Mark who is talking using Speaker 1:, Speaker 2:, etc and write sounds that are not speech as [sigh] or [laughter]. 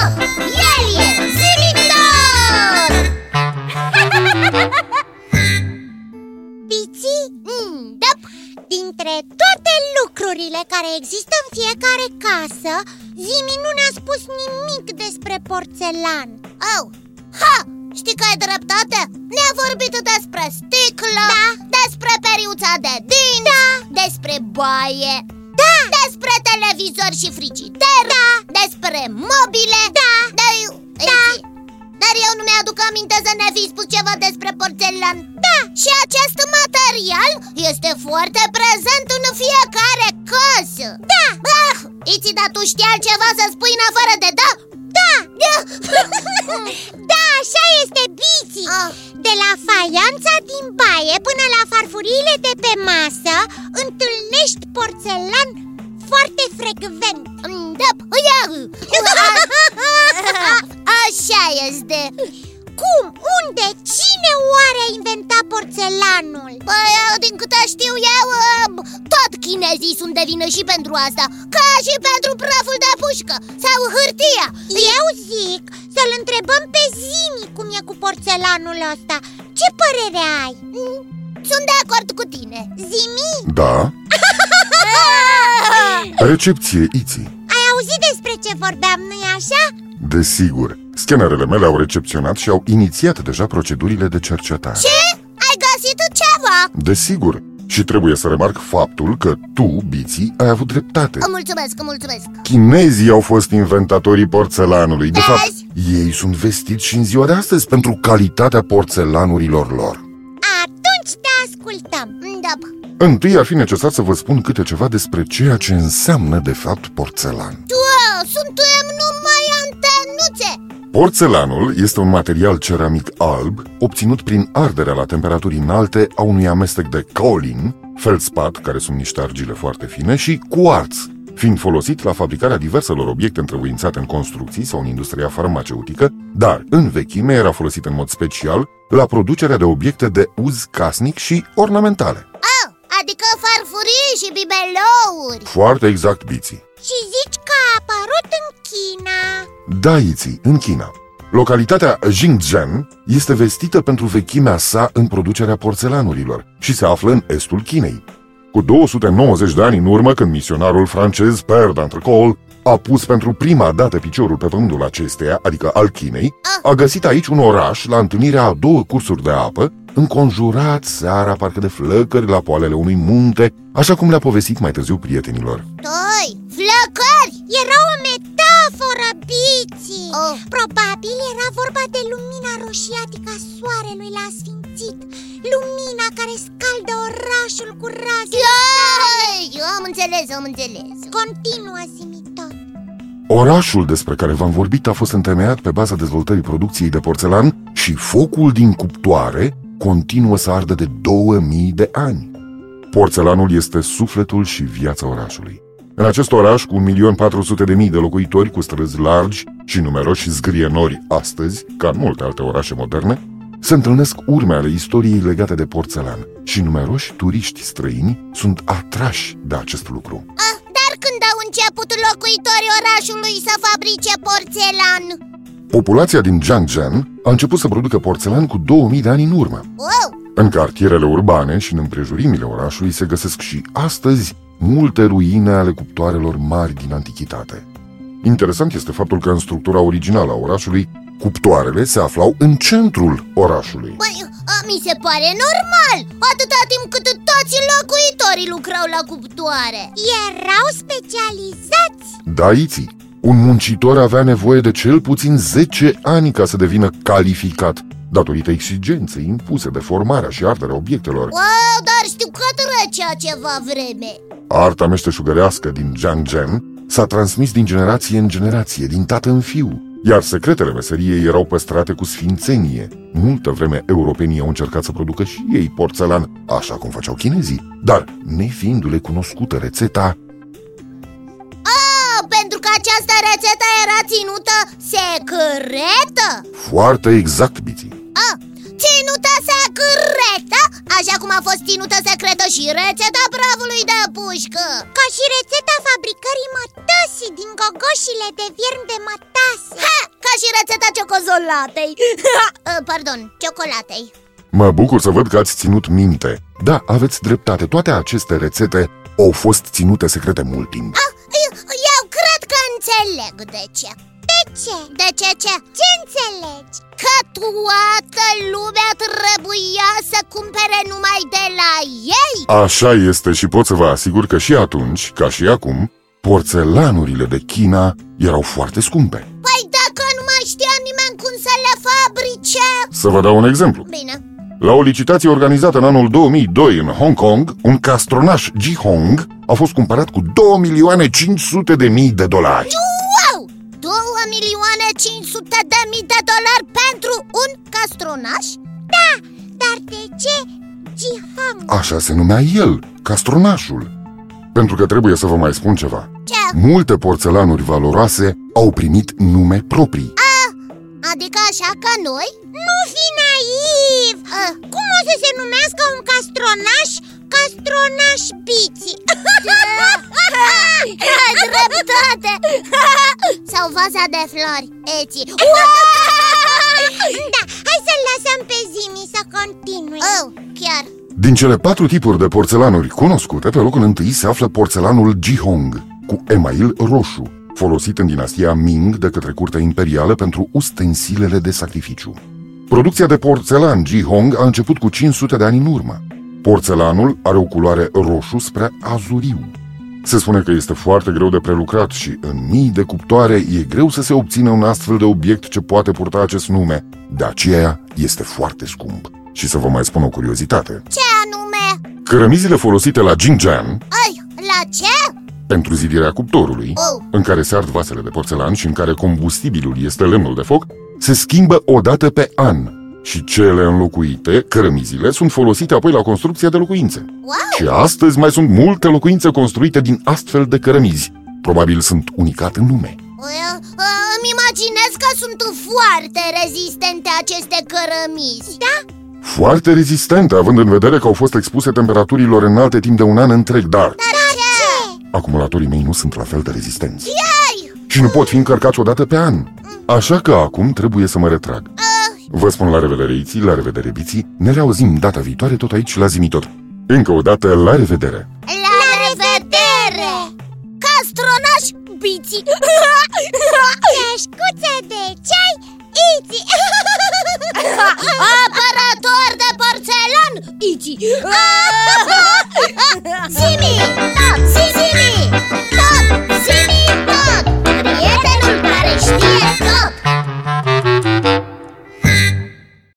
Speaker 1: [laughs]
Speaker 2: mm, da. dintre toate lucrurile care există în fiecare casă, Zimi nu ne-a spus nimic despre porțelan
Speaker 1: Au, Oh, ha, știi că ai dreptate? Ne-a vorbit despre sticlă
Speaker 2: Da.
Speaker 1: Despre periuța de dinți da. Despre baie
Speaker 2: Da,
Speaker 1: Despre televizor și frigider da. Despre mobile Da, da.
Speaker 2: Da.
Speaker 1: Dar eu nu mi-aduc aminte să ne fi spus ceva despre porțelan Da Și acest material este foarte prezent în fiecare casă Da ah, Iți, dar tu știi altceva să spui în afară de da?
Speaker 2: da,
Speaker 1: Da
Speaker 2: [laughs] da, așa este biții
Speaker 1: Ah.
Speaker 2: De la faianța din baie până la farfuriile de pe masă Întâlnești porțelan foarte frecvent
Speaker 1: Mm, Da,
Speaker 2: [laughs]
Speaker 1: ia A- Așa este
Speaker 2: Cum, unde, cine oare a inventat porțelanul?
Speaker 1: Păi, din câte știu eu, um, tot chinezii sunt de vină și pentru asta Ca și pentru praful de pușcă sau hârtia
Speaker 2: Eu zic să-l întrebăm pe Zimi cum e cu porțelanul ăsta Ce părere ai?
Speaker 1: Mm, Sunt de acord cu tine
Speaker 2: Zimi,
Speaker 3: Da? Recepție Iții.
Speaker 2: ai auzit despre ce vorbeam, nu-i așa?
Speaker 3: Desigur, scanerele mele au recepționat și au inițiat deja procedurile de cercetare.
Speaker 1: Ce? Ai găsit ceva?
Speaker 3: Desigur, și trebuie să remarc faptul că tu, Biții, ai avut dreptate.
Speaker 1: Mulțumesc, mulțumesc
Speaker 3: Chinezii au fost inventatorii porțelanului. De fapt,
Speaker 1: Vezi?
Speaker 3: ei sunt vestiți și în ziua de astăzi pentru calitatea porțelanurilor lor.
Speaker 2: Atunci te ascultăm
Speaker 1: Mm, Da,
Speaker 3: Întâi ar fi necesar să vă spun câte ceva despre ceea ce înseamnă de fapt porțelan.
Speaker 1: tu
Speaker 2: uh,
Speaker 1: suntem numai antenuțe
Speaker 3: Porțelanul este un material ceramic alb obținut prin arderea la temperaturi înalte a unui amestec de kaolin, feldspat, care sunt niște argile foarte fine, și cuarț, fiind folosit la fabricarea diverselor obiecte întrebuințate în construcții sau în industria farmaceutică, dar în vechime era folosit în mod special la producerea de obiecte de uz casnic și ornamentale.
Speaker 2: Ah,
Speaker 1: oh, Adică farfurii și bibelouri
Speaker 3: Foarte exact, biții.
Speaker 2: Și zici că a apărut în China
Speaker 3: Daiții, în China. Localitatea Jingzhen este vestită pentru vechimea sa în producerea porțelanurilor și se află în estul Chinei. Cu 290 de ani în urmă, când misionarul francez Père d'Entrecol a pus pentru prima dată piciorul pe pământul acesteia, adică al Chinei, a găsit aici un oraș la întâlnirea a două cursuri de apă, înconjurat seara parcă de flăcări la poalele unui munte, așa cum le-a povestit mai târziu prietenilor.
Speaker 1: Doi, flăcări
Speaker 2: Era o metaforă, Biții
Speaker 1: Oh.
Speaker 2: Probabil era vorba de lumina roșiatică a soarelui la sfințit Lumina care scaldă orașul cu raze
Speaker 1: Doi, eu am înțeles, am înțeles
Speaker 2: Continuă, Zimi tot
Speaker 3: Orașul despre care v-am vorbit a fost întemeiat pe baza dezvoltării producției de porțelan și focul din cuptoare continuă să ardă de 2000 de ani. Porțelanul este sufletul și viața orașului. În acest oraș, cu 1.400.000 de locuitori cu străzi largi și numeroși zgrienori astăzi, ca în multe alte orașe moderne, se întâlnesc urme ale istoriei legate de porțelan și numeroși turiști străini sunt atrași de acest lucru.
Speaker 1: Ah, Dar când au început locuitorii orașului să fabrice porțelan?
Speaker 3: Populația din Jiangzhen a început să producă porțelan cu 2000 de ani în urmă.
Speaker 1: Wow,
Speaker 3: În cartierele urbane și în împrejurimile orașului se găsesc și astăzi multe ruine ale cuptoarelor mari din antichitate. Interesant este faptul că în structura originală a orașului, cuptoarele se aflau în centrul orașului.
Speaker 1: băi, Păi, a, mi se pare normal Atâta timp cât toți locuitorii lucrau la cuptoare
Speaker 2: Erau specializați
Speaker 3: Daiții. Un muncitor avea nevoie de cel puțin 10 ani ca să devină calificat, datorită exigenței impuse de formarea și arderea obiectelor.
Speaker 1: Wow, dar știu că trecea ceva vreme
Speaker 3: Arta meșteșugărească din Jiangzhen s-a transmis din generație în generație, din tată în fiu, iar secretele meseriei erau păstrate cu sfințenie. Multă vreme europenii au încercat să producă și ei porțelan, așa cum făceau chinezii, dar nefiindu-le cunoscută rețeta,
Speaker 1: Ah, Pentru că această rețetă era ținută secretă
Speaker 3: foarte exact biții.
Speaker 1: A, ținută secretă, așa cum a fost ținută secretă și rețeta prafului de pușcă
Speaker 2: Ca și rețeta fabricării mătăsii din gogoșile de viermi de mătase
Speaker 1: Ha, ca și rețeta ciocozolatei Ha, Pardon, ciocolatei
Speaker 3: Mă bucur să văd că ați ținut minte. Da, aveți dreptate, toate aceste rețete au fost ținute secrete mult timp.
Speaker 1: Eu, eu cred că înțeleg de ce
Speaker 2: De ce?
Speaker 1: De ce ce?
Speaker 2: Ce înțelegi?
Speaker 1: Că toată lumea trebuia să cumpere numai de la ei
Speaker 3: Așa este și pot să vă asigur că și atunci, ca și acum, porțelanurile de China erau foarte scumpe.
Speaker 1: Păi dacă nu mai știa nimeni cum să le fabrice
Speaker 3: Să vă dau un exemplu.
Speaker 1: Bine
Speaker 3: La o licitație organizată în anul 2002 în Hong Kong, un castronaș Ji Hong a fost cumpărat cu 2 milioane 500 de mii de dolari.
Speaker 1: Wow! 2 milioane 500 de mii de dolari pentru un castronaș?
Speaker 2: Da, dar de ce Jihang?
Speaker 3: Așa se numea el, castronașul. Pentru că trebuie să vă mai spun ceva.
Speaker 1: Ce?
Speaker 3: Multe porțelanuri valoroase au primit nume proprii.
Speaker 1: Adică așa ca noi?
Speaker 2: Nu fi naiv!
Speaker 1: Ah.
Speaker 2: Cum o să se numească un castronaș castronaș bici?
Speaker 1: [laughs] Ai dreptate! [laughs] Sau vaza de flori, Eti Uau!
Speaker 2: da, hai să-l lăsăm pe Zimi să continue
Speaker 1: Oh, chiar
Speaker 3: Din cele patru tipuri de porțelanuri cunoscute, pe locul întâi se află porțelanul Jihong, cu email roșu, folosit în dinastia Ming de către curtea imperială pentru ustensilele de sacrificiu. Producția de porțelan Jihong a început cu 500 de ani în urmă. Porțelanul are o culoare roșu spre azuriu. Se spune că este foarte greu de prelucrat și în mii de cuptoare e greu să se obțină un astfel de obiect ce poate purta acest nume, de aceea este foarte scump. Și să vă mai spun o curiozitate.
Speaker 1: ce anume?
Speaker 3: Cărămizile folosite la Jinjiang
Speaker 1: Ai, la ce?
Speaker 3: pentru zidirea cuptorului,
Speaker 1: Oh.
Speaker 3: în care se ard vasele de porțelan și în care combustibilul este lemnul de foc, se schimbă o dată pe an și cele înlocuite, cărămizile, sunt folosite apoi la construcția de locuințe.
Speaker 1: Wow!
Speaker 3: Și astăzi mai sunt multe locuințe construite din astfel de cărămizi. Probabil sunt unicat în lume.
Speaker 1: Eu, uh, îmi imaginez că sunt foarte rezistente aceste cărămizi Da?
Speaker 3: Foarte rezistente, având în vedere că au fost expuse temperaturilor înalte timp de un an întreg, dar
Speaker 1: Dar ce?
Speaker 3: acumulatorii mei nu sunt la fel de rezistenți.
Speaker 1: Ai!
Speaker 3: și nu pot fi încărcați o dată pe an. Așa că acum trebuie să mă retrag. Vă spun la revedere, Iții, la revedere, Biții. Ne reauzim data viitoare tot aici la Zimitor. Încă o dată, la revedere!
Speaker 1: La, la revedere! Castronaș biții!
Speaker 2: Ceșcuță de ceai, iți!
Speaker 1: Apărător de porțelan! Ici!
Speaker 2: Zi,